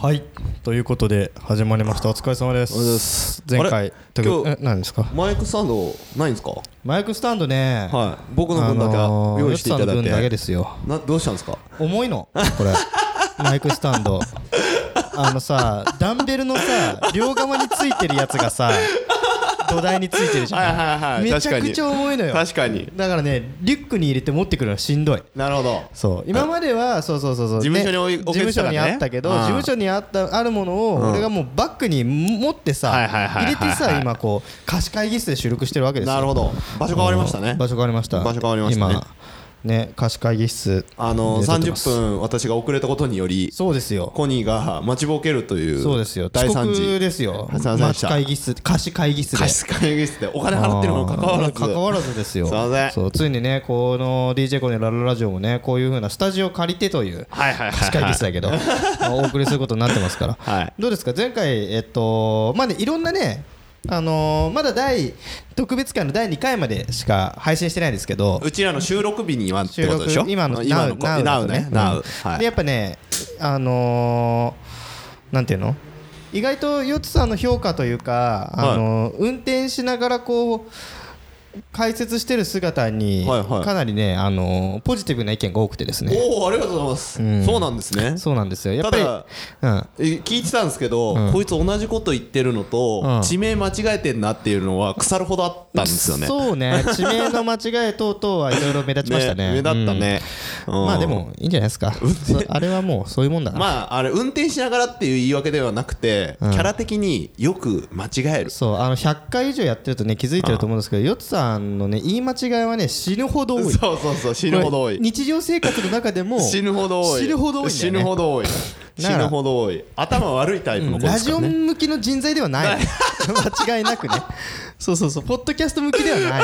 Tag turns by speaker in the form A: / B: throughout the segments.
A: はいということで始まりましたお疲れ様で
B: お疲れ様ですす
A: 前
B: あ
A: 回
B: れ
A: という
B: 今
A: え
B: 日
A: 何ですか
B: マイクスタンドないんですか
A: マイクスタンドね
B: はい僕の分だけ用意していただい
A: ヨッツさんの分だけ
B: て
A: ですよ
B: などうしたんですか
A: 重いのこ れマイクスタンドあのさダンベルのさ両側についてるやつがさ土台についてるじゃん、
B: はいは
A: めちゃくちゃ重いのよ
B: 確かに
A: だからねリュックに入れて持ってくるのはしんどい
B: なるほど
A: そう今まではそうそうそうそう
B: 事務所に置い
A: ね事
B: 置
A: 務
B: けて
A: 所
B: たから
A: に
B: ね
A: あったけど
B: うん
A: 事務所にあったあるものを俺がもうバッグに持ってさ
B: はいはいはいは
A: 入
B: いは
A: れ
B: い
A: てさ今こう貸し会議室で収録してるわけですよ
B: なるほど場所変わりましたね
A: 場所変わりました
B: 場所変わりましたね
A: 今ね貸し会議室
B: あの
A: で撮ってま
B: 30
A: す
B: 分私が遅れたことにより
A: そうですよ
B: コニーが待ちぼけるという
A: そうですよ
B: 大
A: 遅
B: 惨
A: 刻
B: 事
A: ですよ
B: 大惨事で
A: 貸
B: し
A: した会議室貸し会議室で
B: 貸し会議室でお金払ってるのもかかわらず
A: 関わらずですよ
B: すいません
A: そうついにねこの DJ コネラララジオもねこういう風なスタジオ借りてという
B: はいはいはいはい
A: 貸し会議室だけどお送りすることになってますから
B: はい
A: どうですか前回えっとまあねいろんなねあのーまだ第特別会の第2回までしか配信してないんですけど
B: うちらの収録日にはって
A: 収
B: こと
A: 録
B: でしょ
A: 今の
B: 今の
A: Now- Now
B: な
A: だ
B: う
A: と
B: ねなう
A: うん
B: は
A: で
B: い
A: やっぱねあのーなんていうの意外とヨッツさんの評価というか、
B: はい
A: あのー運転しながらこう解説してる姿に、
B: はいはい
A: かなりね、あのーポジティブな意見が多くてですね
B: おおありがとうございます
A: うん
B: そうなんですね
A: そうなんですよやったぱり
B: だ
A: うん
B: え聞いてたんですけど、
A: うん
B: こいつ同じこと言ってるのと、
A: うん
B: 地名間違えてんなっていうのは腐るほどあったんですよね。う
A: そう ね地名の間違い等々はいろいろ目立ちましたね
B: 目立ったね。
A: うん
B: うん
A: まあで、もいいんじゃないですかそあれはもうそういうもんだから、
B: まああれ運転しながらっていう言い訳ではなくて、
A: うん
B: キャラ的によく間違える。
A: そうあの100回以上やってるとね気づいてると思うんですけどヨッツさんのね言い間違いはね死ぬほど多い
B: そうそうそう死ぬほど多
A: これ
B: い。
A: 日常生活の中でも
B: 死ぬほど多い。
A: 死ぬほど多いんだ
B: 死
A: よね
B: ぬほど多い。
A: だ
B: 死
A: から
B: ぬほど多い。頭悪いタイプの子で
A: ラ
B: す
A: ジ
B: か
A: オ
B: らね。
A: 向きの人材では ない間違いなくねそうそうそうポッドキャスト向きではな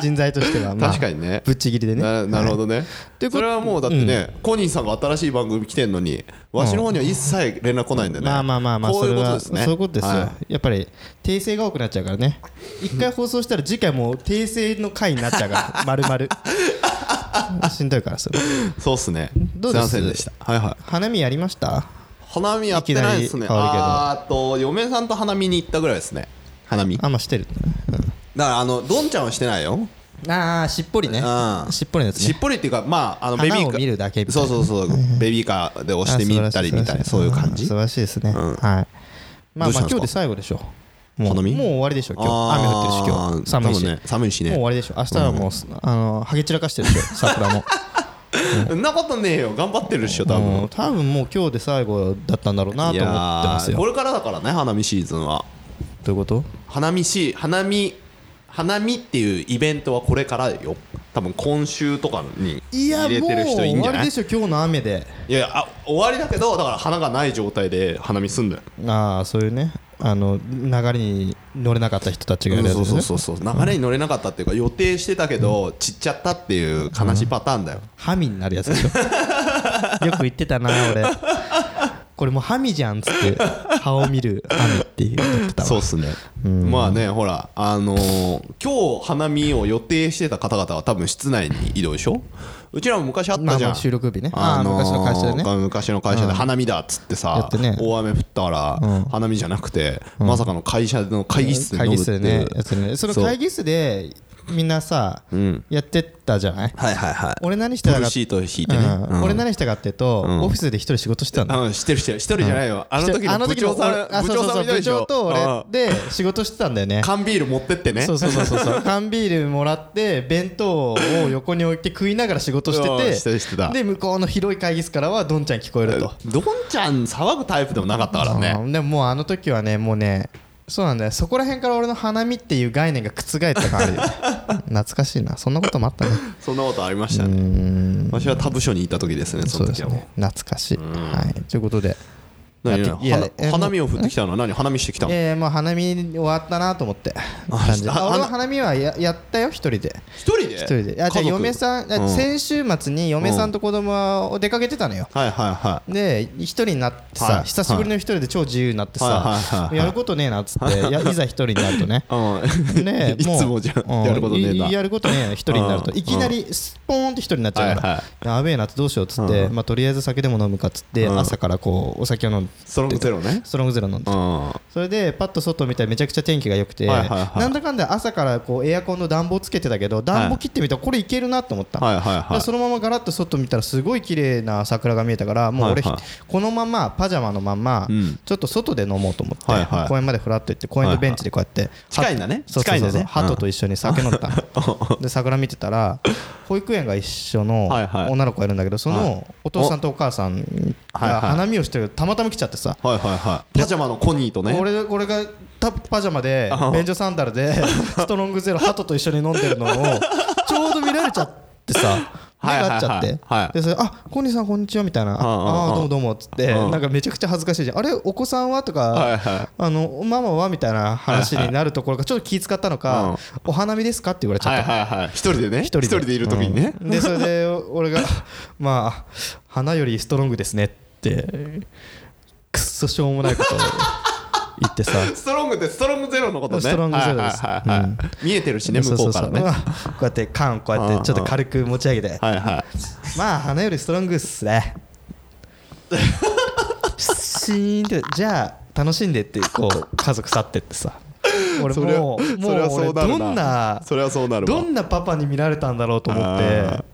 A: い人材としては、まあ、
B: 確かにね
A: ぶっちぎりでね
B: ななるほ
A: ど
B: どね、
A: ということ
B: それはもうだってね、コニーさんが新しい番組来てんのにわしの方には一切連絡来ないんでね、
A: まあまあまあまあ
B: こう
A: それ
B: いうこと
A: は
B: ですね
A: そういうことですよ、
B: は
A: やっぱり訂正が多くなっちゃうからね一回放送したら次回もう訂正の回になっちゃう から丸々しんどいからそれ
B: いそうっすね
A: どうです
B: すいませんでしたはいはい
A: 花見やりました
B: 花見やってないです
A: い
B: ね
A: きなり変わるけど
B: あーっと嫁さんと花見に行ったぐらいですね花見だか
A: あまあしてる、
B: らあのどんちゃんはしてないよ
A: ああしっぽりね
B: うん
A: しっぽりのやつね
B: しっぽりっていうかまああのベビーカー
A: 花を見るだけみたい
B: そ
A: な
B: うそうそうベビーカーで押してみたりみたいなそういう感じ
A: 素晴らしいですね、はいまあまあ
B: どうしたんですか
A: 今日で最後でしょもうも
B: 花
A: う
B: 見
A: 終わりでしょ今日雨降ってるし今日
B: 寒
A: 寒
B: い
A: い
B: し
A: し、
B: ね寒いし
A: もう終
B: ね
A: わりでしょ明日はもう、あのハゲ散らかしてるでしょ桜も
B: そん なことねえよ頑張ってるっしょ多分
A: もう多分もう今日で最後だったんだろうなと思ってます
B: いやー
A: よ
B: これからだからね花見シーズンは
A: どういうこと
B: 花見し花見花見っていうイベントはこれからよ多分今週とかに
A: い
B: 入
A: やも
B: れ
A: う
B: てる人いい
A: 終
B: ん
A: わ
B: じゃ
A: り
B: ない
A: でしょ今日の雨で
B: いやいやあ終わりだけどだから花がない状態で花見すんだよ
A: ああそういうねあの流れに乗れなかった人たちがやるやつ
B: そう
A: です
B: そう
A: ね
B: そうそう流れに乗れなかったっていうか予定してたけど散っちゃったっていう悲しいパターンだよ
A: ハミになるやつでし ょよく言ってたな俺これもうハミじゃんっつって歯を見るハミって言ってたわ
B: そうっすねまあねほらあのー今日花見を予定してた方々は多分室内に移動でしょうちらも昔あっ
A: ま
B: た
A: あ
B: じ
A: ま
B: ゃ
A: あ
B: ん
A: 収録日ねああ昔の会社でね
B: が昔の会社で花見だっつって
A: や
B: さ
A: っ、てね
B: 大雨降ったから、
A: うん
B: 花見じゃなくて、まさかの会社の会議室で
A: 会
B: 飲む
A: 議
B: って
A: 室
B: い
A: で
B: う
A: ねやってねその
B: そう
A: 会議室でみんなさ
B: うん
A: やってったじゃない
B: はいはいはい
A: 俺何して
B: ブ
A: た
B: ル
A: か
B: ー
A: っ
B: シート引いてね、
A: う
B: うんん
A: 俺何したかっていうとオフィスで一人仕事してたんだ
B: あの知ってる知ってる一人じゃないよ、あの時の部長さ
A: あ
B: ん部
A: そうそう
B: 長さん
A: そう
B: みたい
A: 部
B: でしょ
A: 長と俺
B: うん
A: で仕事してたんだよね
B: 缶ビール持ってってね
A: そうそうそうそう そう缶ビールもらって弁当を横に置いて食いながら仕事して
B: う
A: て
B: んしてたしてた
A: で向こうの広い会議室からはどんちゃん聞こえると、
B: どんちゃん騒ぐタイプでもなかったからね
A: うんでももうあの時はねもうねそうなんだよそこら辺から俺の花見っていう概念が覆った感じ 懐かしいなそんなこともあったね
B: そんなことありましたね私は他部署にいた時ですね
A: そ
B: そ
A: う
B: の
A: で
B: 時
A: す
B: はもう
A: ね懐かしい、はい、ということで
B: 何
A: やっていやえ
B: 花花見を振ってきたのは何花見してきたの
A: えー、もう花見終わったなと思って感じ
B: あ
A: あ俺は
B: 花
A: 花見はややったよ一人で
B: 一人で
A: 一人であじゃあ
B: 家族
A: 嫁さんあ
B: うん
A: 先週末に嫁さんと子供は出かけてたのよ
B: はいはいはい
A: で一人になってさ、
B: はい
A: 久しぶりの一人で超自由になってさ、
B: はいはいはいはい
A: やることねえなっつっていやいざ一人になると ね
B: うん
A: ね
B: いつもじゃんやることねえない
A: やることねえ一人になると
B: うん
A: いきなりスポーンって一人になっちゃうから、
B: はい
A: やべえなってどうしようっつって、まあ、とりあえず酒でも飲むかっつって、
B: うん
A: 朝からこうお酒を飲んで
B: ストロングゼロね
A: ストロングゼロ飲んで
B: うんは
A: それでパッと外を見たらめちゃくちゃ天気が良くて、
B: はいはいはい
A: なんだかんだ朝からこうエアコンの暖房つけてたけど暖房切ってみたらこれいけるなと思った、
B: いはい
A: で
B: は
A: そのままガラッと外見たらすごい綺麗な桜が見えたからもう俺、
B: はいはい
A: このままパジャマのまんま
B: うん
A: ちょっと外で飲もうと思って、
B: はいはい
A: 公園までふらっと行って公園のベンチでこうやって、
B: はいはい近いんだね
A: そうそうそう
B: 近いんだね
A: 鳩と一緒に酒飲んだ、 で桜見てたら保育園が一緒の
B: はいはい
A: 女の子がいるんだけどそ
B: はい
A: のお父さんとお母さん
B: はいは
A: が
B: い
A: 花見をしてるたまたま来ちゃってさ
B: いはいはいはいパジャマのコニーとね
A: 俺俺がたパジャマで
B: あ
A: 便所サンダル でストロングゼロハトと一緒に飲んでるのをちょうど見られちゃってさ目
B: はいはいはい
A: が合っちゃって、
B: はい
A: でそれあコニーさんこんにちはみたいな、
B: んうんうん
A: ああどうもどうもっつって、
B: うん
A: なんかめちゃくちゃ恥ずかしいじゃんあれお子さんはとか、
B: はいはい
A: あのママはみたいな話になるところがちょっと気使ったのか、
B: うん
A: お花見ですかって言われちゃった、
B: はいはいはい一人でね一
A: 一人で
B: いる時にね
A: うんでそれで俺が「まあ花よりストロングですね」ってくっそしょうもないことを言ってさ
B: ストロングってストロングゼロのことね
A: ストロングゼロです
B: はいはいはいはい見えてるしね向こうからね
A: そ
B: は
A: そそまあこうやって缶こうやってちょっと軽く持ち上げて
B: いは
A: まあ花よりストロングっすねシーンってじゃあ楽しんでってこう家族去ってってさ俺
B: いそれは
A: もうも
B: それは
A: う
B: そ
A: 俺
B: うなる
A: どんな
B: それはそうなるわ
A: どんなパパに見られたんだろうと思っ
B: あ
A: て
B: ー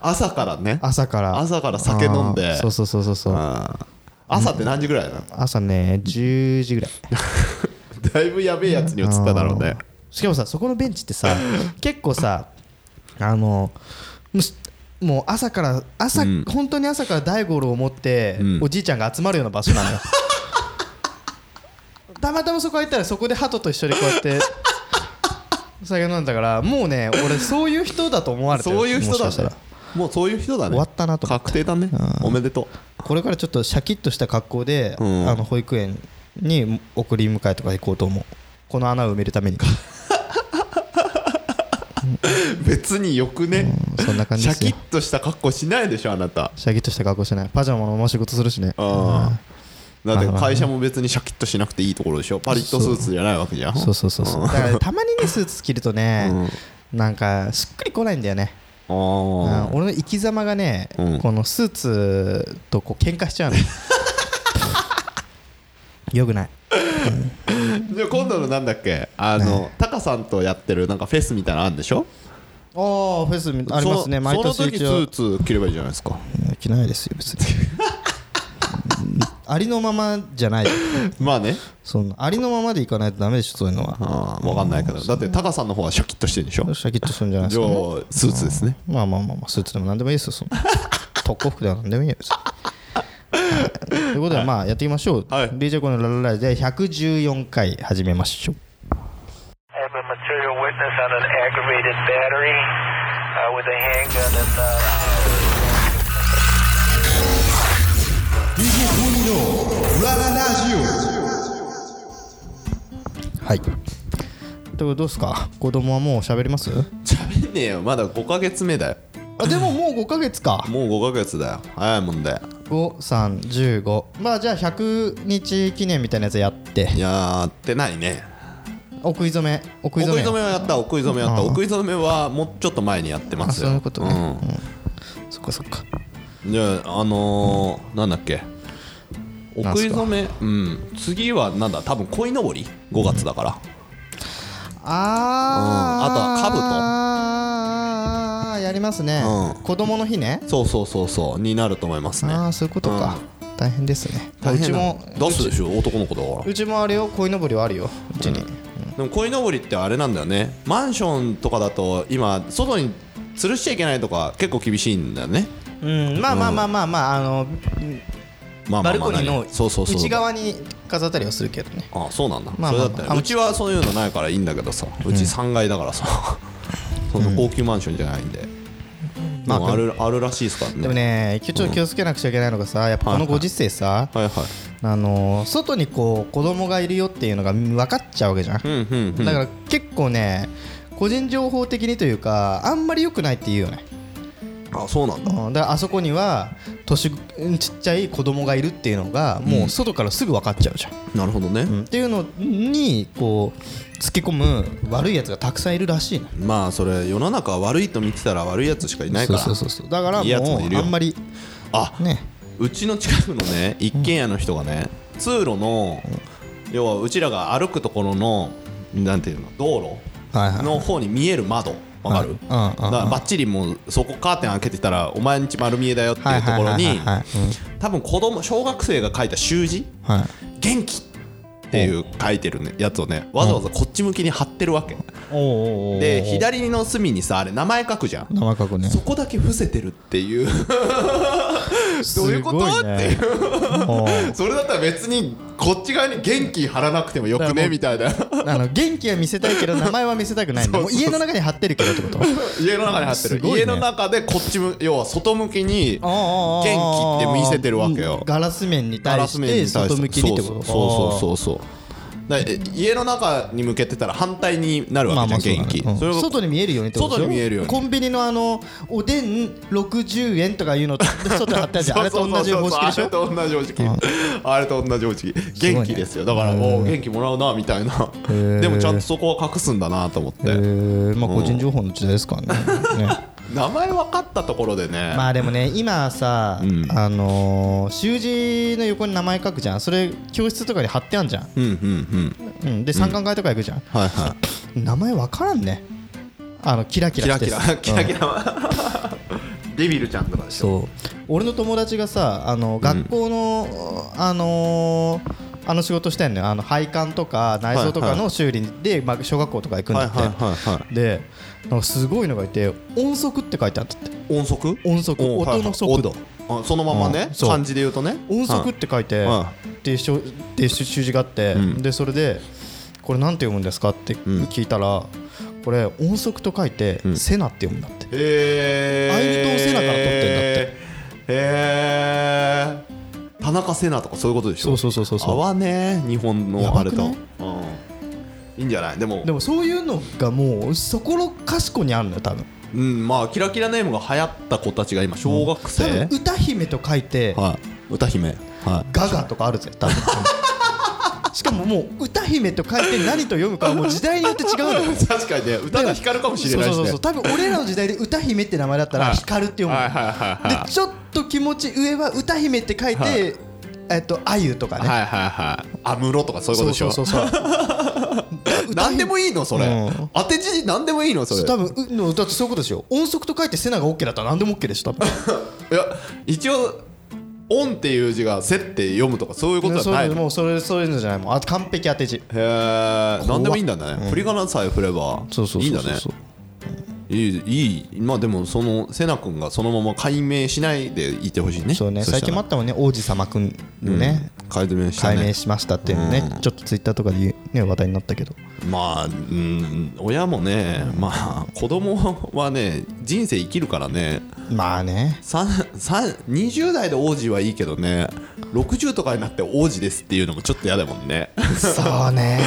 B: 朝からね
A: 朝から
B: 朝から酒飲ん
A: あ
B: で
A: ーそうそうそうそうそう
B: あー朝って何時ぐらいなの
A: 朝ね10時ぐらい
B: だいぶやべえやつに映っただろうね
A: しかもさそこのベンチって さ結構さあのもうしもう朝から朝、
B: うん
A: 本当に朝から大五郎を持って、
B: うん
A: おじいちゃんが集まるような場所な のよたまたまそこ入ったらそこで鳩と一緒にこうやってお酒飲んだからもうね俺そういう人だと思われてる
B: そういう人
A: もし
B: だ
A: かした
B: ね
A: ら
B: もうそういう人だね
A: 終わったなと思って
B: 確定だねおめでと
A: これからちょっとシャキッとした格好で、
B: うん
A: あの保育園に送り迎えとか行こうと思うこの穴を埋める ために
B: う別によくね
A: そんな感じ
B: シ
A: で
B: ャ
A: す
B: キ
A: よ
B: ッとした格好しないでしょあなた
A: シャキッとした格好してないパジャマのまま仕事するしね
B: ああだって
A: あ
B: 会社も別にシャキッとしなくていいところでしょパリッとスーツじゃないわけじゃん
A: そうそうそうそうだからたまにねスーツ着るとね、なんかしっくりこないんだよね、うん
B: ああ
A: 俺の生き様がね、
B: うん
A: このスーツとこう喧嘩しちゃ うのよくない
B: じゃあ今度のなんだっけあのタカさんとやってるなんかフェスみたいなのあるんでしょ
A: ああフェスありますね
B: そ
A: 毎
B: そ
A: 年
B: の時
A: 一
B: ス
A: 応
B: ーツ着ればいいじゃないですか
A: うん着ないですよ別 にうんありのままじゃない
B: まあね
A: そのありのままでいかないとダメでしょそういうのは
B: ああ分かんないけどだってタカさんの方はシャキッとしてるでしょ
A: シャキッとするんじゃないで
B: じ
A: す
B: ゃ
A: か、
B: あ
A: ね、
B: スーツですね
A: まあまあまあまあスーツでも何でもいいですよそ の特攻服では何でもいいよ別にはいということでまあやっていきましょう、
B: はい
A: DJ コのララライで114回始めましょう
C: I have a material witness on an aggravated battery uh, with a handgun and. Uh
D: DJ
A: はいということでどうですか子供はもう喋ります
B: 喋んねえよまだ5ヶ月目だよ
A: あでももう5ヶ月か
B: もう5ヶ月だよ早いもんだよ
A: 5315まあじゃあ100日記念みたいなやつやって
B: やってないね
A: お食い初めお食
B: お
A: い初
B: 食
A: め
B: い初めはやったお食い初めはやったお食い初めはもうちょっと前にやってますよ
A: あそういうことねそっかそっか
B: うん、じゃああのーなんだっけお
A: なんすか
B: 食い初めうん次はなんだ多分鯉のぼり5月だから、
A: あー、
B: うんあとは兜
A: あーやりますね、
B: うん
A: 子供の日ね
B: そうそうそうそうになると思いますね
A: ああそういうことか、大変ですね
B: 大
A: う
B: 変
A: ち
B: な
A: も
B: 出すでしょ男の子だから
A: うちもあれよ鯉のぼりはあるようちに、
B: でも鯉のぼりってあれなんだよねマンションとかだと今外に吊るしちゃいけないとか結構厳しいんだよね
A: うんまあまあまあまあまああの
B: まあま
A: バ
B: あ
A: ル
B: まあ
A: コニーの
B: そうそうそう
A: 内側に飾ったりはするけどね
B: あそうなんだ、
A: まあまあまあ
B: それだっ
A: あ
B: たらうちはそういうのないからいいんだけどさうち3階だからさ、そんな高級マンションじゃないんで、まああるあるらしいですからね
A: でもねちょっと気をつけなくちゃいけないのがさやっぱこのご時世さ、
B: はいはい
A: あの外にこう子供がいるよっていうのが分かっちゃうわけじゃん、
B: うんうんうん
A: だから結構ね個人情報的にというかあんまり良くないって言うよね
B: あそうなんだ
A: うんだからあそこには年うんちっちゃい子供がいるっていうのがもう外からすぐ分かっちゃうじゃん、
B: なるほどね、
A: うんっていうのにこうつけ込む悪いやつがたくさんいるらしいの
B: まあそれ世の中悪いと見てたら悪いやつしかいないから
A: そうそうそうそうだから
B: いいやつ
A: も
B: もいる
A: う
B: よ
A: あんまり
B: あ
A: ね
B: うちの近くのね一軒家の人がね通路の要はうちらが歩くところのなんていうの道
A: はいは
B: 路
A: い
B: の方に見える窓わかる
A: はい
B: だ
A: うんうん
B: か
A: うん
B: らばっちりもうそこカーテン開けてたらお前んち丸見えだよって
A: はいいう
B: と
A: はい
B: ころ
A: はい
B: に
A: はい
B: 多分子供小学生が書いた習字
A: はい
B: 「元気」っていう書いてるねやつをねわざわざこっち向きに貼ってるわけ
A: おおおお
B: で左の隅にさあれ名前書くじゃん
A: 生角ね
B: そこだけ伏せてるっていうどういうこと
A: すごね
B: っていう
A: おー
B: それだったら別にこっち側に元気貼らなくてもよくねみたいな
A: あの元気は見せたいけど名前は見せたくないんだもう家の中に貼ってるけどってこと
B: 家の中に貼って
A: す
B: る、
A: ごいね
B: 家の中でこっち向要は外向きに 元気って見せてるわけよ
A: ガラス面に
B: ガ
A: 対
B: ラス
A: し
B: 面に
A: て
B: 対して
A: 外向きにってこと
B: そうそうそうそうそうだえ家の中に向けてたら反対になる
A: ま
B: わ
A: あまあ
B: け
A: そ
B: じ
A: う
B: ゃ
A: だね
B: ん、元気、
A: うん
B: それが
A: 外に見えるようにってことでしょ
B: 外に見えるように
A: コンビニのあのおでん60円とかいうのと外に貼ってあるじゃんあれと同じ方式でしょ
B: そうそうそうそうあれと同じ方式あれと同じ方式
A: ね
B: 元気ですよだからもう元気もらうなみたいなでもちゃんとそこは隠すんだなと思っ
A: え
B: て
A: ーまあ個人情報の時代ですからねね
B: 名前分かったところでね
A: まあでもね今さ、
B: ん
A: あのー習字の横に名前書くじゃんそれ教室とかに貼ってあんじゃん、
B: うんうんうん
A: うん、で参観会とか行くじゃん、
B: はいはい
A: 名前わからんねあのキラキ
B: キ
A: ラし
B: ラ
A: て
B: キ
A: さ
B: ラキラ
A: うん
B: キラデビルちゃんとかでしょ
A: そう俺の友達がさあの学校の、あのーあの仕事してんのよあの配管とか内装とかの修理で、まあ、小学校とか行くんだって、
B: はいはいはいは
A: でなんかすごいのがいて音速って書いてあったって
B: 音速
A: 音速
B: お
A: 音の速度
B: はいはい音あそのままね
A: うんそう
B: 漢字で言うとね
A: 音速っ
B: はい
A: て書いて、
B: うん
A: でしょでし習字があって、
B: ん
A: でそれでこれなんて読むんですかって
B: ん
A: 聞いたら、これ音速と書いて、セナって読むんだって
B: へえ
A: アイヌ島セナから取ってんだって
B: へえ田中セナとかそういうことでしょ
A: そうそうそうそうそう
B: 合わねえ日本
A: や
B: のあ
A: ば
B: れ
A: く
B: と、
A: な
B: う
A: い
B: ん、いいんじゃないでも
A: でもそういうのがもうそこのかしこにあるのよ多分
B: うんまあキラキラネームが流行った子たちが今小学
A: 多
B: 生、
A: 分歌姫と書いて
B: はい歌姫は
A: ガガとかあるぜ多 分しかももう歌姫と書いて何と読むかはもう時代によって違うんだよ
B: い確かにね歌が光るかもしれないし、
A: そう
B: ね、
A: そうそう多分俺らの時代で歌姫って名前だったら
B: はい
A: 光るって読むの
B: はいはいはいはい
A: でちょっと気持ち上は歌姫って書いて、
B: はい
A: えっとあゆとかね、
B: はいはいはい安室とかそういうことでしょ
A: そうそうそうそう
B: 何でも
A: い
B: いいのそれ、
A: うん
B: 当て字何でもいいのそれ
A: 多分うのだってそういうことでしょ音速と書いてセナが OK だったら何でも OK でしょ多分
B: いや一応「オン」っていう字が「せ」って読むとかそういうこと
A: そう
B: はないいうの
A: もうそれそういうのじゃないもんあ完璧当て字
B: へえ何でもいいんだね、振り仮名さえ振れば
A: そうそうそうそう
B: いいんだねいいいいまあでもそのセナ君がそのまま解明しないでいてほしいね
A: そうね
B: したら
A: 最近もあったもんね王子様くんのね、
B: 解明した
A: 解明
B: ね
A: しましたっていうのね、ちょっとツイッターとかで言う、ね、話題になったけど
B: まあうん親もねまあ子供はね人生生きるからね
A: まあ ね
B: さんさん20代で王子はいいけどね60とかになって王子ですっていうのもちょっと嫌だも んね
A: そうね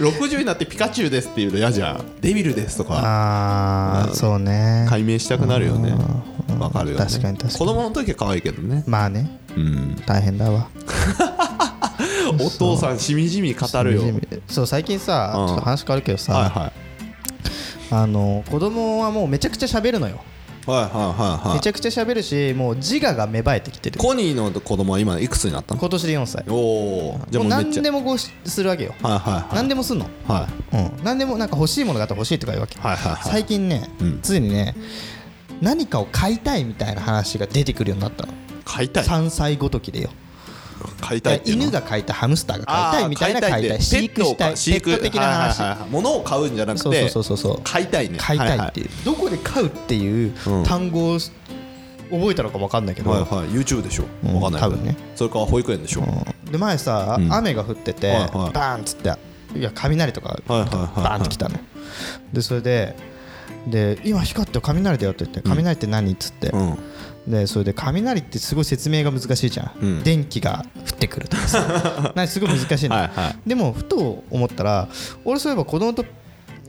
B: 60になってピカチュウですっていうの嫌じゃんデビルですとか
A: ああそうね
B: 解明したくなるよねわかるよね
A: 確かに確かに
B: 子供の時は可愛いけどね
A: まあね
B: うん
A: 大変だわ
B: お父さんしみじみ語るよ
A: しみじみそう最近さ、
B: うん
A: ちょっと話変わるけどさ、
B: はいはい
A: あの子供はもうめちゃくちゃ喋るのよ、
B: はいはいはいは
A: めち
B: い
A: ゃくちゃ喋るしもう自我が芽生えてきてる
B: コニーの子供は今いくつになったの
A: 今年で4歳も
B: おおじゃあ
A: う
B: もうめっ
A: 何
B: ちゃ
A: でもこうしするわけよ、
B: はいはいはい
A: 何でもすんの、
B: はい
A: うん、何でもなんか欲しいものがあったら欲しいとか言うわけ、
B: はいはいはい
A: 最近ね、
B: うん
A: ついにね何かを買いたいみたいな話が出てくるようになったの、
B: 飼いたい
A: 3歳ごときでよ
B: 飼いたいっていうの
A: 犬が飼いたいハムスターが飼いたいみたいな飼いたい飼育したいペット的な話、
B: 物を買うんじゃなくて
A: そうそうそうそうそう
B: 買いたいね
A: 買いたいっていう、どこで買うっていう
B: うん
A: 単語を覚えたのか分かんないけど、
B: はいはいはいはい YouTube でしょ
A: うん
B: わかんないけど
A: 多分ね
B: それから保育園でしょはい
A: で前さ、
B: うん
A: 雨が降ってて、
B: はいはい
A: バーンっつっていや雷とか、
B: はいはいはい
A: バーンって来たのでそれでで今光ってる雷だよって言って雷って何っつって、
B: うん
A: でそれで雷ってすごい説明が難しいじゃん、
B: うん
A: 電気が降ってくるとか さなんかすごい難しいの、
B: はいは
A: でもふと思ったら俺そういえば子供と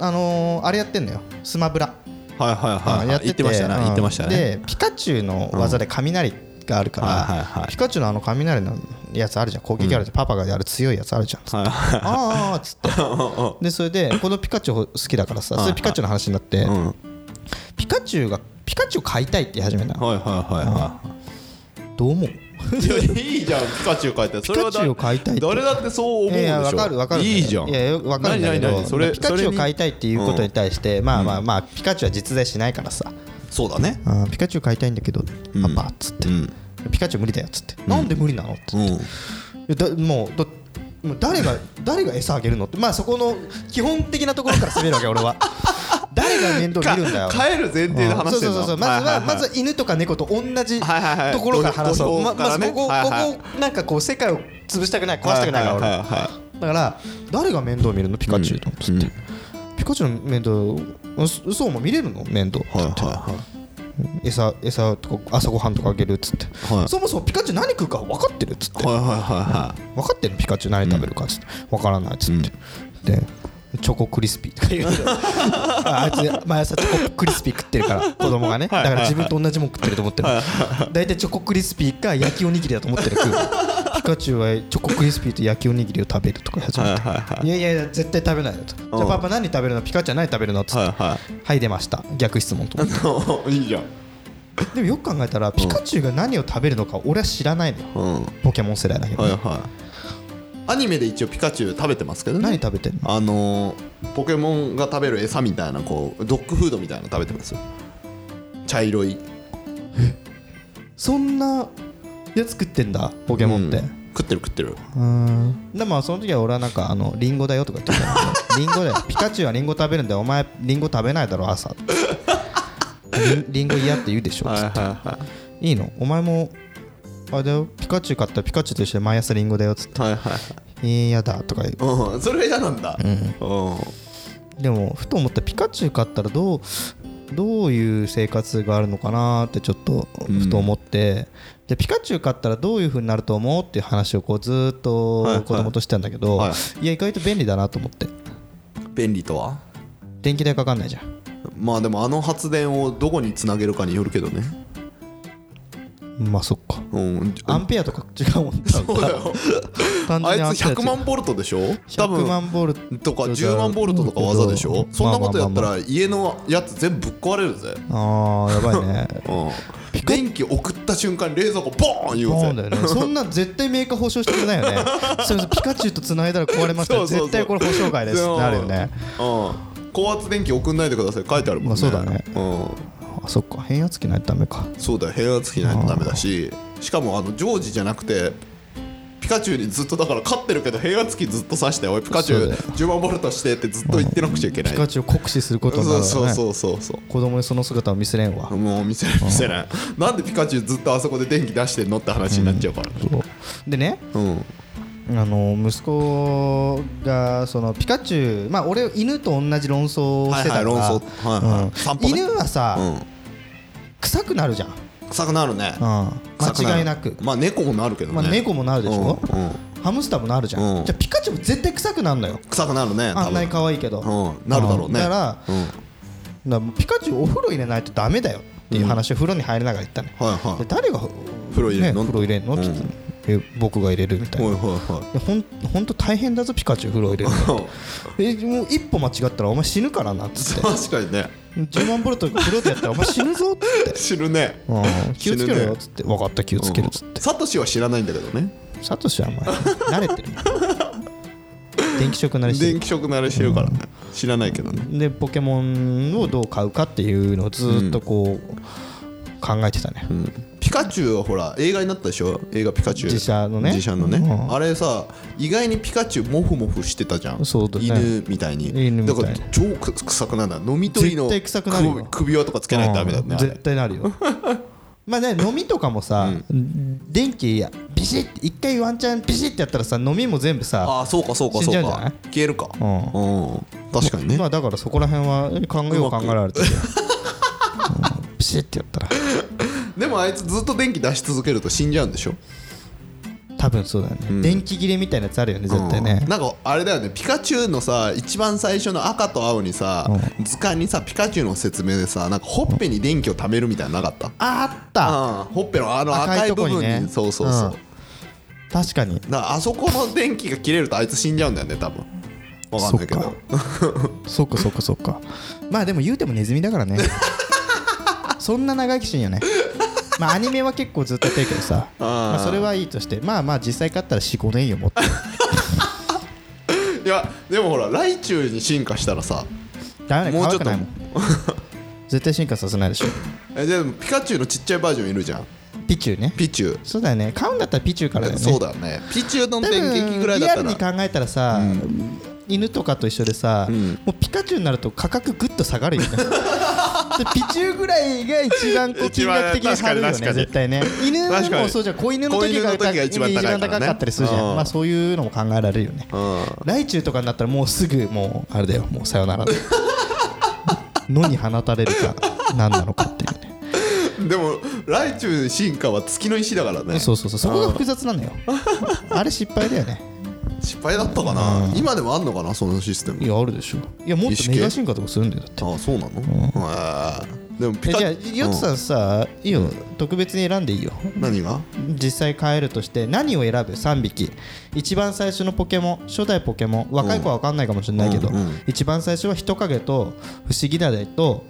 A: あのーあれやってんのよスマブラ、
B: はいはいはい
A: うんやってて
B: 言ってましたね
A: うん
B: 言ってましたね
A: でピカチュウの技で雷があるから、
B: はいはいはい
A: ピカチュウのあの雷のやつあるじゃん攻撃あるじゃん、パパがやる強いやつあるじゃん、
B: はいは
A: あ
B: い
A: ーあーっつってでそれでこのピカチュウ好きだからさそれピカチュウの話になって、
B: うんはい
A: ピカチュウがピカチュウ飼いたいって言い始めたの
B: はいはいはい
A: どう思う
B: いやいいじゃんピカチュウ描いたいそれはだ
A: ピカチュウを描いたいって
B: 誰だってそう思うでしょ
A: いやわかるわかる
B: いいじゃん
A: いやわかるんだけ
B: 何
A: ど
B: 何何それ
A: ピカチュウを
B: 買
A: 買いたいっていうことに対してまあまあまあピカチュウは実在しないからさ
B: そうだね
A: あーピカチュウ買いたいんだけどパパっつって
B: うん
A: ピカチュウ無理だよっつってなんで無理なのっつって
B: うん
A: いやだもうだもう誰が誰が餌あげるのってまあそこの基本的なところから攻めるわけ俺 は誰が面倒見るんだよ
B: か帰る前提で話してる
A: うんそうそうそうまずはまずは犬とか猫と同じと
B: はいはいはい
A: ころから話そう
B: 土
A: ま
B: 俵から
A: まず
B: ね
A: こここ
B: はいはい
A: こなんかこう世界を潰したくない壊したくないから
B: はいは
A: 俺
B: いは
A: だから誰が面倒見るのピカチュウとつって
B: うん
A: ピカチュウの面倒うそそうも見れるの面倒
B: いはいはいはい
A: 餌餌とか朝ごはんとかあげるっつって
B: はい
A: そもそもピカチュウ何食うか分かってるっつって
B: はいはいは
A: 分かってるピカチュウ何食べるかっつって分からないっつって、でチョコクリスピーとか 言うけどああいつ毎朝チョコクリスピー食ってるから子供がねだから自分と同じもん食ってると思ってる大体チョコクリスピーか焼きおにぎりだと思 ってる食うピカチュウはチョコクリスピーと焼きおにぎりを食べるとか始めて、
B: はいはい
A: やいやいや絶対食べないよと、じゃあパパ何食べるのピカチュウは何食べるのっつって、
B: い
A: はい、
B: は
A: 出ました逆質問と思って
B: いはいいいじゃん
A: でもよく考えたらピカチュウが何を食べるのか俺は知らないのよ
B: うん
A: ポケモン世代だけど、
B: はいはいアニメで一応ピカチュウ食べてますけどね
A: 何食べてんの
B: あのーポケモンが食べる餌みたいなこうドッグフードみたいなの食べてますよ茶色い
A: そんなやつ食ってんだポケモンって
B: うん食ってる食ってる
A: うんでもその時は俺はなんかあのリンゴだよとか言ってたんだけどリンゴだよピカチュウはリンゴ食べるんだよお前リンゴ食べないだろ朝リンリンゴ嫌って言うでしょつって
B: はい
A: いのお前もあれだよピカチュウ買ったらピカチュウと一緒で毎朝リンゴだよつって
B: はいはいはい
A: えー、やだとか言う
B: うんそれが嫌なんだうん
A: でもふと思ったピカチュウ買ったらどうどういう生活があるのかなってちょっとふと思って、でピカチュウ買ったらどういう風になると思うっていう話をこうずーっ
B: はいは
A: と
B: い
A: 子供としてたんだけど、、
B: はい
A: や意外と便利だなと思って
B: 便利とは
A: 電気代かかんないじゃん
B: まあでもあの発電をどこにつなげるかによるけどね
A: まあそっか
B: うん
A: アンペアとか違うも んそう
B: だよ
A: 単
B: あい
A: 純にアン
B: つ
A: ペア違う
B: 100万ボルトでしょ多
A: 100
B: 分
A: 万ボル
B: と
A: ト
B: か10万ボルトとか技でしょそんなことやった
A: あ
B: ら家のやつ全部ぶっ壊れるぜ
A: あーやばいね
B: うん電気送った瞬間に冷蔵庫ボーン言
A: そう
B: う
A: だ
B: ぜ
A: よね そんな絶対メーカー保証してくれないよねそれこそピカチュウと繋いだら壊れました
B: そうそうそう
A: 絶対これ保証外ですってなるよね
B: うん高圧電気送んないでください書いてある
A: まあ
B: もんね
A: そうだね
B: う
A: あそっか変圧器ないとダメか
B: んそうだよ変圧器ないとダメだししかもあの常時じゃなくてピカチュウにずっとだから勝ってるけど変圧器ずっと刺しておいピカチュ
A: そう
B: ウ
A: だよ
B: 10万ボルトしてってずっと言ってなくちゃいけない
A: ピカチュウを酷使することにな
B: そ
A: る
B: う
A: か
B: そう
A: らね
B: そうそうそう
A: 子供にその姿を見せれんわ
B: もう見せない見せないなんでピカチュウずっとあそこで電気出してんのって話になっちゃうから
A: でね
B: うん
A: あの息子がそのピカチュウまあ俺犬と同じ論争をしてたから、
B: はいはい論争はいはい
A: うん
B: 散歩ね
A: 犬はさ、
B: うん
A: 臭くなるじゃん、うん、
B: 臭くなるね臭なる
A: 間違いなく
B: まあ猫もなるけどね
A: まあ、猫もなるでしょ、
B: うんうん
A: ハムスターもなるじゃん、
B: うん
A: じゃあピカチュウも絶対臭くなるのよ
B: 臭くなるね
A: あ
B: 多
A: んなに
B: 分
A: 可愛いけど、
B: うんなるだろうね
A: だから
B: うん
A: だからピカチュウお風呂入れないとダメだよっていう話を風呂に入りながら言ったね、
B: はいはい
A: で誰が
B: 風呂入れんの
A: ね風呂入れんのって言って、え僕が入れるみたい
B: はい
A: な。
B: はいはい
A: でほんほんと大変だぞピカチュウ風呂入れ るのえもう一歩間違ったらお前死ぬからなっつって
B: 確かにね
A: 10万ボルト風呂でやったらお前死ぬぞっつって
B: 知るね
A: うん気をつけろ
B: 死ぬ
A: よっ
B: ね
A: つって分かった気をつけるっつって
B: サトシは知らないんだけどね
A: サトシはお前慣れてるな電気食慣れして
B: 電
A: る
B: 気食慣れしてるからね知らないけどね
A: でポケモンをどう買うかっていうのをずーっとこう考えてたね、
B: ピカチュウはほら映画になったでしょ映画ピカチュウ
A: 自社のね
B: 自社のね、
A: うん
B: あれさ意外にピカチュウモフモフしてたじゃん
A: そうだね
B: 犬みたいに
A: 犬みたいに
B: だから超く臭くなるんだ飲み取りの
A: 絶対臭くなるよ
B: 首首輪とかつけないとダメだね
A: うん
B: あれ
A: 絶対なるよ まあね飲みとかもさ、電気ビシッて一回ワンチャンビシッてやったらさ飲みも全部さ
B: ああそうかそうか
A: 死ん
B: そう
A: じゃ
B: か
A: うんじゃない
B: 消えるか
A: う
B: うん確かにね
A: まあだからそこら辺は考えよう
B: うま
A: 考
B: く
A: えられてるよ、うんビシッてやったら
B: でもあいつずっと電気出し続けると死んじゃうんでしょ
A: 多分そうだよね、電気切れみたいなやつあるよね絶対ね
B: う、んなんかあれだよねピカチュウのさ一番最初の赤と青にさ、図鑑にさピカチュウの説明でさなんかほっぺに電気を貯めるみたいなのなかった、
A: ああった
B: あほっぺのあの
A: 赤
B: 赤
A: いと
B: い部
A: こに
B: 分に
A: ね
B: そうそうそう、
A: うん確かに
B: だからあそこの電気が切れるとあいつ死んじゃうんだよね多分わかんないけ
A: そっ
B: ど
A: かそっかそっかそっ かまあでも言うてもネズミだからねそんな長生きしんよねまあアニメは結構ずっとやってるけどさまあそれはいいとしてまあまあ実際買ったら45年よもっと
B: いやでもほらライチュウに進化したらさ
A: ダメだよ
B: もう
A: 可愛
B: ちょっと
A: くないもん 絶対進化させないでしょ
B: えでもピカチュウのちっちゃいバージョンいるじゃん
A: ピチューね
B: ピチュウ
A: そうだよね買うんだったらピチューからだよね
B: そうだよねピチュウの
A: 多
B: 電撃ぐ
A: 分
B: らい
A: リ
B: だ
A: ア
B: った
A: ルに考
B: ら
A: えたらさ、犬とかと一緒でさ、
B: ん
A: もうピカチュウになると価格ぐっと下がる よねでピチュウぐらいが一番こう
B: 一
A: 金
B: 番
A: 額的に張るよ
B: 確か
A: ね
B: に
A: 絶対ね犬
B: 確か
A: も
B: に
A: そうじゃん子犬の時が
B: 子犬の時が一番高いからね
A: 高かったりするじゃん、
B: うん
A: まあそういうのも考えられるよね
B: うん
A: 来中とかになったらもうすぐもうあれだよもうさよなら だよ野に放たれるか何なのかっていうね
B: でもライチュウ進化は月の石だからね
A: そうそうそうそこが複雑な のよあれ失敗だよね
B: 失敗だったかな、今でもあんのかなそのシステム
A: いやあるでしょいやもっとメガ進化とかするんだよだって
B: ああそうなの、へえでもピ
A: え
B: カ
A: じゃあヨッツさんさ、いいよ特別に選んでいいよ
B: うん何が
A: 実際変えるとして何を選ぶ3匹一番最初のポケモン初代ポケモン若い子は分かんないかもしれないけど、
B: うんうん
A: 一番最初は人影と不思議だねと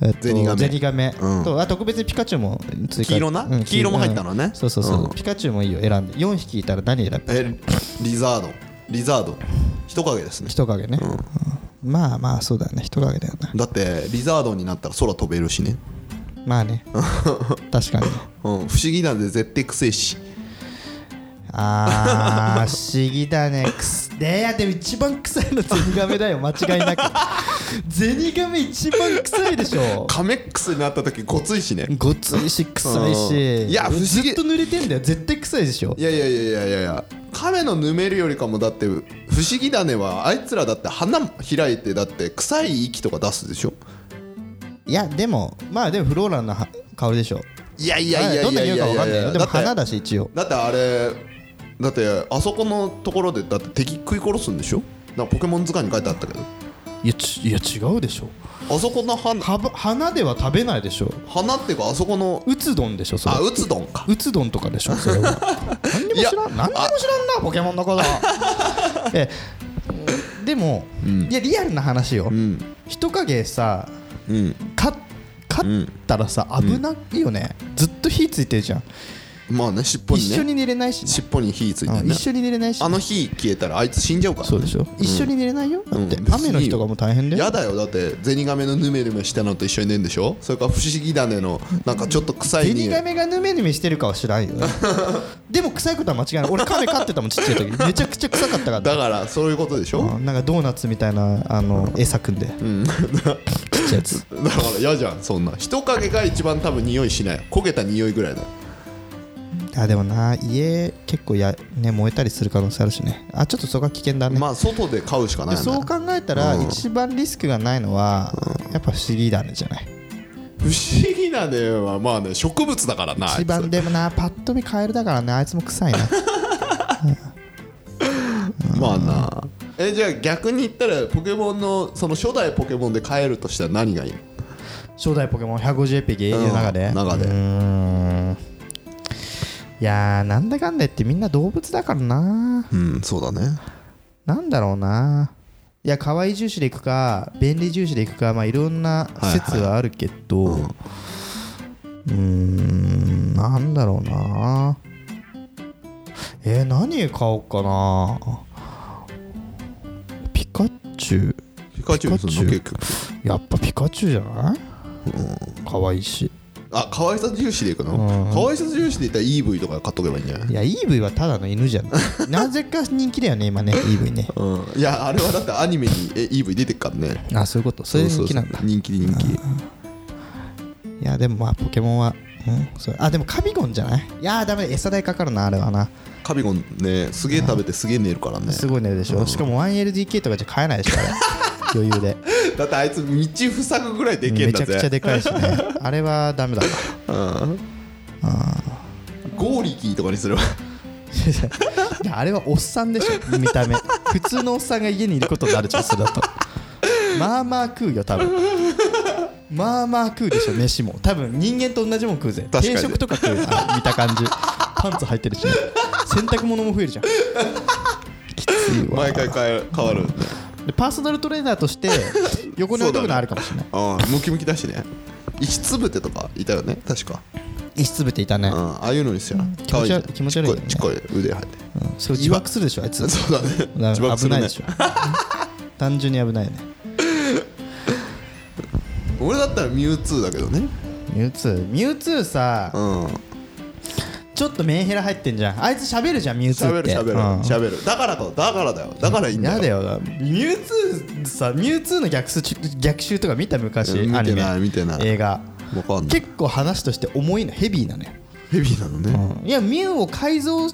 A: えっと
B: ゼニガメ
A: ゼニガメ
B: うん
A: とあ特別にピカチュウも追加
B: 黄色な
A: うん
B: 黄色も入ったのね
A: うんそうそうそう、
B: うん
A: ピカチュウもいいよ選んで4匹いたら何選ぶ
B: えリザードリザード人影ですね
A: 人影ね、うんまあまあそうだね人影だよな
B: だってリザードになったら空飛べるしね、
A: まあ ね確かにね
B: うん、不思議なんで絶対くせえし
A: あー不思議だねくすねいやでも一番臭いのゼニガメだよ間違い なくゼニガメ一番臭いでしょ
B: カメックスになった時ごついしね
A: ごついし臭いし
B: うんいや不思議
A: ずっと濡れてんだよ絶対臭いでしょ
B: いやいやいやいやいやいや亀のぬめるよりかもだって不思議だねはあいつらだって花開いてだって臭い息とか出すでしょ
A: いやでもまあでもフローランのは香りでしょ
B: いやいやいや
A: どん
B: い
A: な匂
B: やい
A: いか
B: や
A: わ
B: い
A: か
B: や
A: んない
B: い
A: よ
B: や
A: でも
B: だって
A: 花だし一応
B: だってあれだってあそこのところでだって敵食い殺すんでしょなんかポケモン図鑑に書いてあったけど
A: いやちいや違うでしょ
B: あそこの花
A: はば花では食べないでしょ
B: 花っていうかあそこの
A: うつ丼でしょそれ
B: あうつどんか
A: うつ丼とかで しょそれは何にも知らん何にも知らんなポケモンの ことえでも、いやリアルな話よ、
B: うん
A: 人影さ
B: うん
A: か勝ったらさ危ないよね、ずっと火ついてるじゃん、
B: まあね尻尾にね
A: 一緒に寝れないしね、
B: 尻尾に火ついて
A: う
B: る
A: ん
B: ね
A: 一緒に寝れないしね、
B: あの火消えたらあいつ死んじゃうから
A: そうでしょ、一緒に寝れないよだって、
B: うん
A: 雨の日とかも大変だよ
B: やだよだってゼニガメのヌメヌメしたのと一緒に寝るんでしょそれから不思議だねのなんかちょっと臭い
A: ゼニ
B: 匂い
A: ガメがヌメヌメしてるかは知らん よでも臭いことは間違いない俺カメ飼ってたもんちっちゃい時めちゃくちゃ臭かったから
B: だからそういうことでしょ
A: うんなんかドーナツみたいなあの餌くんで、ちっちゃいや つ
B: だから嫌じゃんそんな人影が一番多分匂いしない焦げた匂いぐらいだよ
A: あでもな家結構や、ね、燃えたりする可能性あるしねあちょっとそこが危険だね、
B: まあ外で飼うしかない
A: で
B: よね
A: そう考えたら一番リスクがないのはやっぱ不思議だねじゃない
B: 不思議なねはまあね植物だからなあいつ
A: 一番でもなパッと見カエルだからねあいつも臭い な
B: まあなえじゃあ逆に言ったらポケモンのその初代ポケモンで飼えるとしたら何がいいの
A: 初代ポケモン150匹いる中で
B: うん中で
A: うーんいやーなんだかんだ言ってみんな動物だからな
B: うんそうだね
A: なんだろうないや可愛い重視でいくか便利重視でいくかまあいろんな説はあるけど、うーんなんだろうなえー、何買おうかなピカチュウ
B: ピカチュウにするの
A: ピ
B: 結局
A: やっぱピカチュウじゃない、可愛いし
B: あ可愛さ重視でいくの
A: うん
B: 可愛さ重視でいったら EV とか買っとけばいいんじゃない
A: いや EV はただの犬じゃん なぜか人気だよね今ね EV ね
B: うんいやあれはだってアニメにえ EV 出てっからね
A: あそういうことそれで
B: そ
A: 人
B: う
A: 気
B: そ
A: な
B: うん
A: だ
B: そう人気人気
A: いやでもまあポケモンは、うん、そうあでもカビゴンじゃないいやーダメだ餌代かかるなあれはな
B: カビゴンねすげえ食べてすげえ寝るからね
A: すごい寝るでしょ、しかも 1LDK とかじゃ買えないでしょあ れ余裕で
B: だってあいつ道塞ぐぐらいでけえん
A: め
B: だ
A: ち
B: ぜ
A: ゃくちゃでかいしねあれはダメ だわ
B: ゴーリキーとかにすれば
A: いやあれはおっさんでしょ見た目普通のおっさんが家にいることになるじゃんそれだとまあまあ食うよ多分まあまあ食うでしょ飯も多分人間と同じもん食うぜ
B: 確かに
A: 定食とか食うよあれ見た感じパンツ履いてるし、ね、洗濯物も増え るじゃんきついわ
B: 毎回変え変わる
A: でパーソナルトレーナーとして 横に置いとくのあるかもしれない、
B: ああムキムキだしね石つぶてとかいたよね確か
A: 押しつぶっていたね
B: うん、ああいうのにすよ、
A: 気持ち悪い
B: 可愛
A: 気持ち悪いよね
B: ちっこいちっこい腕入って、
A: それ自爆するでしょあいつ
B: そうだね
A: だ
B: 自
A: から
B: 爆
A: 危
B: する
A: ないで
B: ね
A: しょ単純に危ないよね
B: 俺だったらミュウツーだけどね
A: ミュウツーミュウツーさ
B: うん
A: ちょっとメンヘラ入ってんじゃんあいつ喋るじゃんミュウツー
B: 喋
A: っ
B: る
A: て
B: 喋る
A: うん
B: 喋るだからだだからだよだからいいんだよ
A: やだよなミュウツーさミュウツーの逆襲逆襲とか見た昔
B: うん
A: ア
B: 見
A: ニ
B: て
A: メ
B: ない見てない
A: 映画
B: わかんない
A: 結構話として重いのヘビーなのよ、
B: ヘビーなのね
A: いやミュウを改造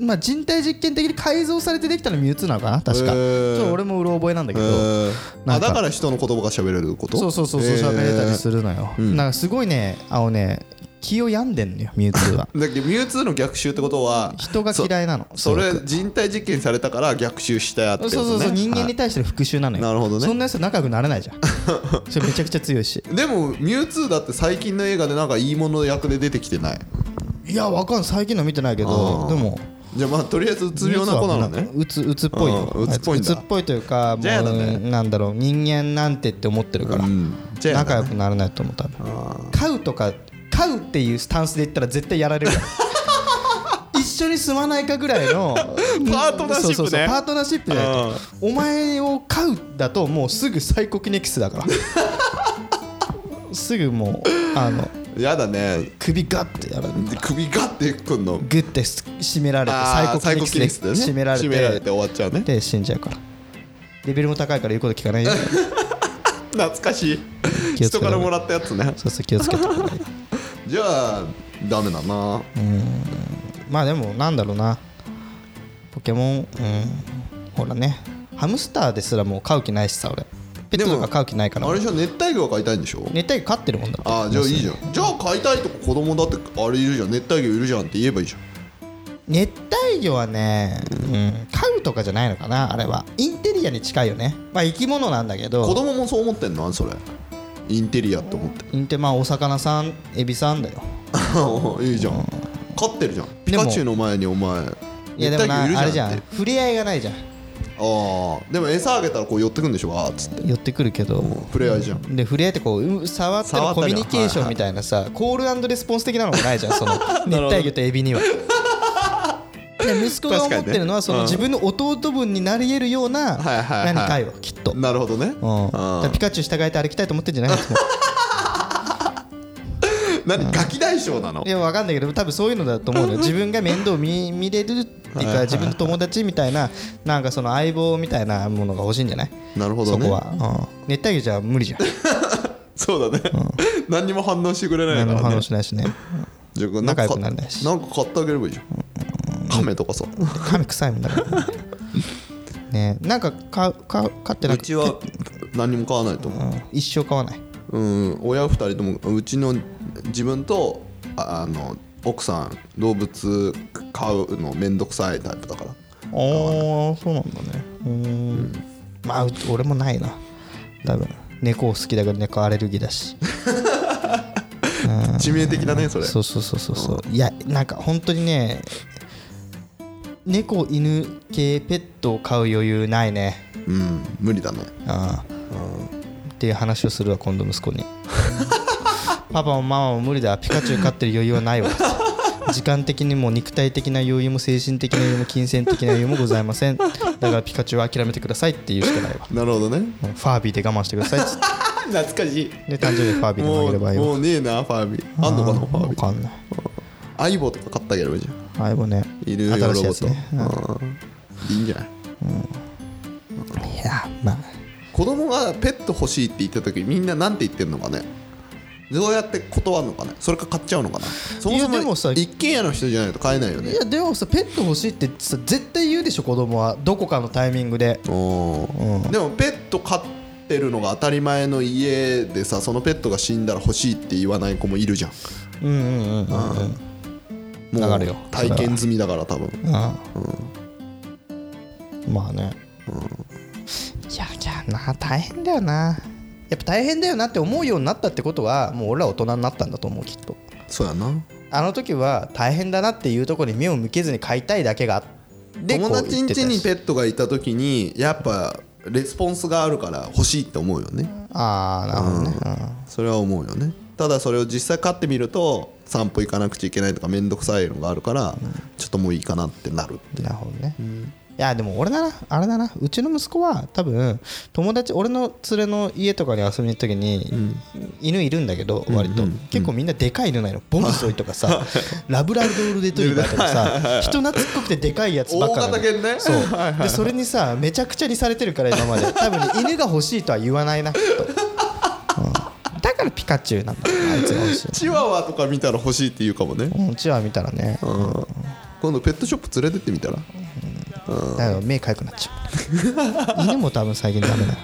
A: まあ人体実験的に改造されてできたのミュウツーなのかな確か、
B: へー
A: ちょっと俺もうろ覚えなんだけ
B: え
A: ど、
B: ー
A: なん
B: あ
A: か
B: だから人の言葉が喋れること
A: そうそうそうそう喋れたりす
B: る
A: るのよ、
B: ん
A: なんかすごいねあのね気を病んでんのよミュウツーは
B: だけどミュウツーの逆襲ってことは
A: 人が嫌いなの
B: そ
A: す
B: れ
A: ごく
B: 人体実験されたから逆襲したやって
A: そう
B: こ
A: そ
B: と
A: うそう、
B: ね
A: 人間に対しての復讐なのよ、
B: はいなるほどね
A: そんなやつと仲良くなれない じゃんそれめちゃくちゃ強いし
B: でもミュウツーだって最近の映画でなんかいいもの役で出てきてない
A: いやわかんない最近の見てないけ
B: あ
A: ど
B: ー
A: でも
B: じゃあまあとりあえずうつ病な子なのね
A: うつうつっぽいよ
B: あーうつっぽいんだ
A: あつうつっぽいというかも
B: じゃあやだね
A: うなんだろう人間なんてって思ってるから
B: うんじゃあやだ
A: 仲
B: ね
A: 良くならないと思う多分飼うとか飼うっていうスタンスで言ったら絶対やられる から一緒に住まないかぐらいのパ
B: ートナーシップね
A: そうそうそうパートナーシップじゃないとお前を飼うだともうすぐサイコキネキスだ からすぐもうあの
B: やだね
A: 首ガッてやられる
B: で首ガッてくんの
A: グッて締められて
B: あー
A: サイコキネキス
B: サイ
A: で
B: コキネキスだ
A: 締
B: よね
A: められて
B: 締められて終わっちゃうね
A: で死んじゃうからレベルも高いから言うこと聞か ないよ
B: 懐かしい
A: 気をつけ
B: 人
A: て
B: からもらったやつね
A: そうそう気をつけてください
B: じゃあダメだな
A: まあでもなんだろうなポケモンうんほらねハムスターですらもう飼う気ないしさ俺ペットとか飼う気ないから
B: あれでしょ熱帯魚は飼いたいんでしょ
A: 熱帯魚飼ってるもんだって
B: ああじゃあいいじゃんじゃあ飼いたいとこ子供だってあれいるじゃん熱帯魚いるじゃんって言えばいいじゃん
A: 熱帯魚はね、うん、飼うとかじゃないのかなあれはインテリアに近いよねまあ生き物なんだけ
B: 子
A: ど
B: 供もそう思ってんのそれインテリアって思って
A: インテまあお魚さんエビさんだよ
B: いいじゃん飼ってるじゃんピ
A: でも
B: カチュウの前にお前
A: いやでもなあれじゃ
B: って
A: ん触れ合いがないじゃん
B: ああでも餌あげたらこう寄ってくんでしょわーっつって
A: 寄ってくるけど
B: 触れ合いじゃん
A: で触れ合ってこうう触って
B: 触
A: の
B: った
A: コ
B: り
A: ミュ
B: は
A: ニケーションみたいなさコールレスポンス的なのもないじゃんそ の 熱帯魚とエビには。で息子が思ってるのはその自分の弟分になり得るような
B: はいはいはい
A: 何かいわきっと。うん
B: なるほどね
A: だからピカチュウ従えて歩きたいと思ってんじゃない ですか
B: 何ガキ大将なの
A: いや分かんないけど多分そういうのだと思うのよ 自分が面倒見見れるっていうか自分の友達みたいななんかその相棒みたいなものが欲しいんじゃない
B: なるほど
A: そ
B: ね
A: こは、うん熱帯魚じゃ無理じゃ ん
B: そうだね 何にも反応してくれない
A: 何も
B: から
A: 反
B: ね
A: 応しないしね
B: じゃあ
A: 仲良く
B: ん
A: な
B: か
A: れないし
B: なんか買ってあげればいいじゃんカメとかさ
A: 髪臭いもんだ からねねなんかかか飼ってな
B: う
A: く
B: ちは何も買わないと思
A: うん一生飼わないう
B: うん親二人ともうちの自分とああの奥さん動物飼うのめんどくさいタイプだから
A: ああそうなんだねうーんまあう俺もないな多分猫を好きだけど猫アレルギーだし
B: 致命的だねそれ
A: そうそうそうそうそういやなんか本当にね猫犬系ペットを飼う余裕ないね
B: うん無理だね
A: あっていう話をするわ今度息 子にパパもママも無理だピカチュウ飼ってる余裕はないわ時間的にも肉体的な余裕も精神的な余裕も金銭的な余裕もございませんだからピカチュウは諦めてくださいって言うしかないわ
B: なるほどね
A: もうファービーで我慢してくださいっつっ
B: 懐かしい
A: てで誕生日ファービーで
B: も
A: あげ
B: う
A: ればいいわ
B: もうねえなファービーあんのかなファー
A: わ
B: ビー
A: かんない
B: 相棒とか買ってあげればいいじゃん
A: あいぼね
B: いるよ
A: 新しい
B: ロ
A: や
B: ボ
A: つ
B: と、
A: ね
B: うんいいんじゃない
A: いやまあ
B: 子供がペット欲しいって言った時みんななんて言ってんのかねどうやって断るのかねそれか買っちゃうのかなそも
A: い
B: そ
A: やでもさ
B: も一軒家の人じゃないと買えないよ
A: い
B: ね
A: やでもさペット欲しいってさ絶対言うでしょ子供はどこかのタイミングで
B: おーでもペット飼ってるのが当たり前の家でさそのペットが死んだら欲しいって言わない子もいるじゃん
A: うんうんうんうんうん
B: も
A: わか
B: う
A: るよ
B: 体験済みだから多分
A: うん、まあね、いやいやな大変だよなやっぱ大変だよなって思うようになったってことはもう俺ら大人になったんだと思うきっと
B: そうやな
A: あの時は大変だなっていうところに目を向けずに買いたいだけがあって
B: 友達ん家にペットがいた時にやっぱレスポンスがあるから欲しいって思うよね
A: ああーなるほどね、
B: それは思うよねただそれを実際飼ってみると散歩行かなくちゃいけないとか面倒くさいのがあるからちょっともういいかなってなる
A: なるほどね、いやでも俺だなあれだなうちの息子は多分友達俺の連れの家とかに遊びに行った時に、犬いるんだけど割と、結構みんなでかい犬ないのボルソイとかさ ラブラドールレトリバーとか さ人懐っこくてでかいやつばっかなの
B: 大型犬ね
A: そう
B: はい
A: でそれにさめちゃくちゃにされてるから今まで多分ね、犬が欲しいとは言わないなきっと、うんだからピカチュウなんだなあいつが欲しい
B: チワワとか見たら欲しいって言うかもね
A: うんうちは見たらね、
B: 今度ペットショップ連れてってみたら
A: だから目かゆくなっちゃう犬も多分最近ダメだ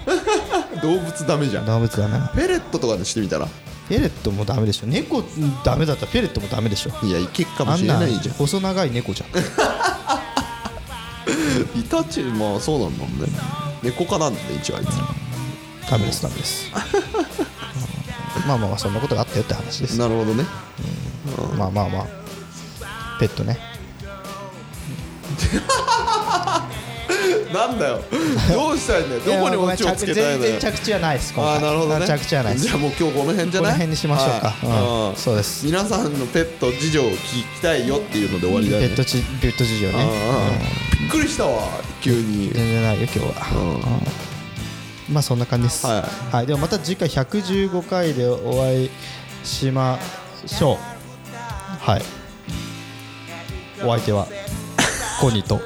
B: 動物ダメじゃん
A: 動物ダメな
B: ペレットとかにしてみたら
A: フェレットもダメでしょ猫ダメだったらフェレットもダメでしょ
B: いやいけっかも
A: あ
B: し
A: ん
B: れ
A: な
B: ないじゃん
A: 細長い猫じゃん
B: イタチまあそうなんだもんね猫科なんだね一応あいつ
A: ダメですダメですうんまあまあまあそんなことがあったよって話です
B: なるほどね
A: まあまあまあペットね
B: なんだよどうしたいんだよどこに
A: いやごめ
B: オ
A: ん
B: チをつけたいんだよ
A: 着全然着地はないです今回
B: ああなるほどね
A: 着地はないです
B: じゃあもう今日この辺じゃない
A: この辺にしましょうか
B: はい
A: うんそうです
B: 皆さんのペット事情を聞きたいよっていうので終わり
A: ペ
B: だよね
A: ットちペット事情ね
B: ああびっくりしたわ急に
A: 全然ないよ今日は
B: うん
A: まあそんな感じです。
B: は
A: はい、ではまた次回115回でお会いしましょう。はい。お相手はコニーと。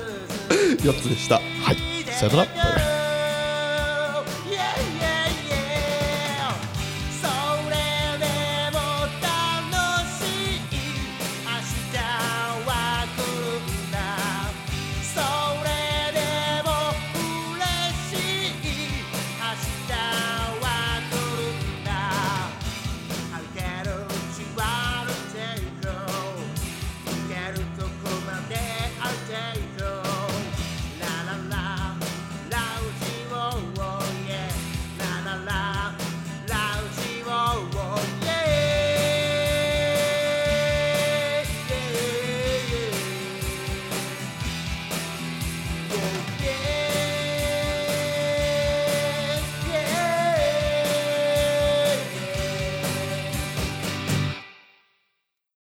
B: 4つでした
A: はい。さよなら。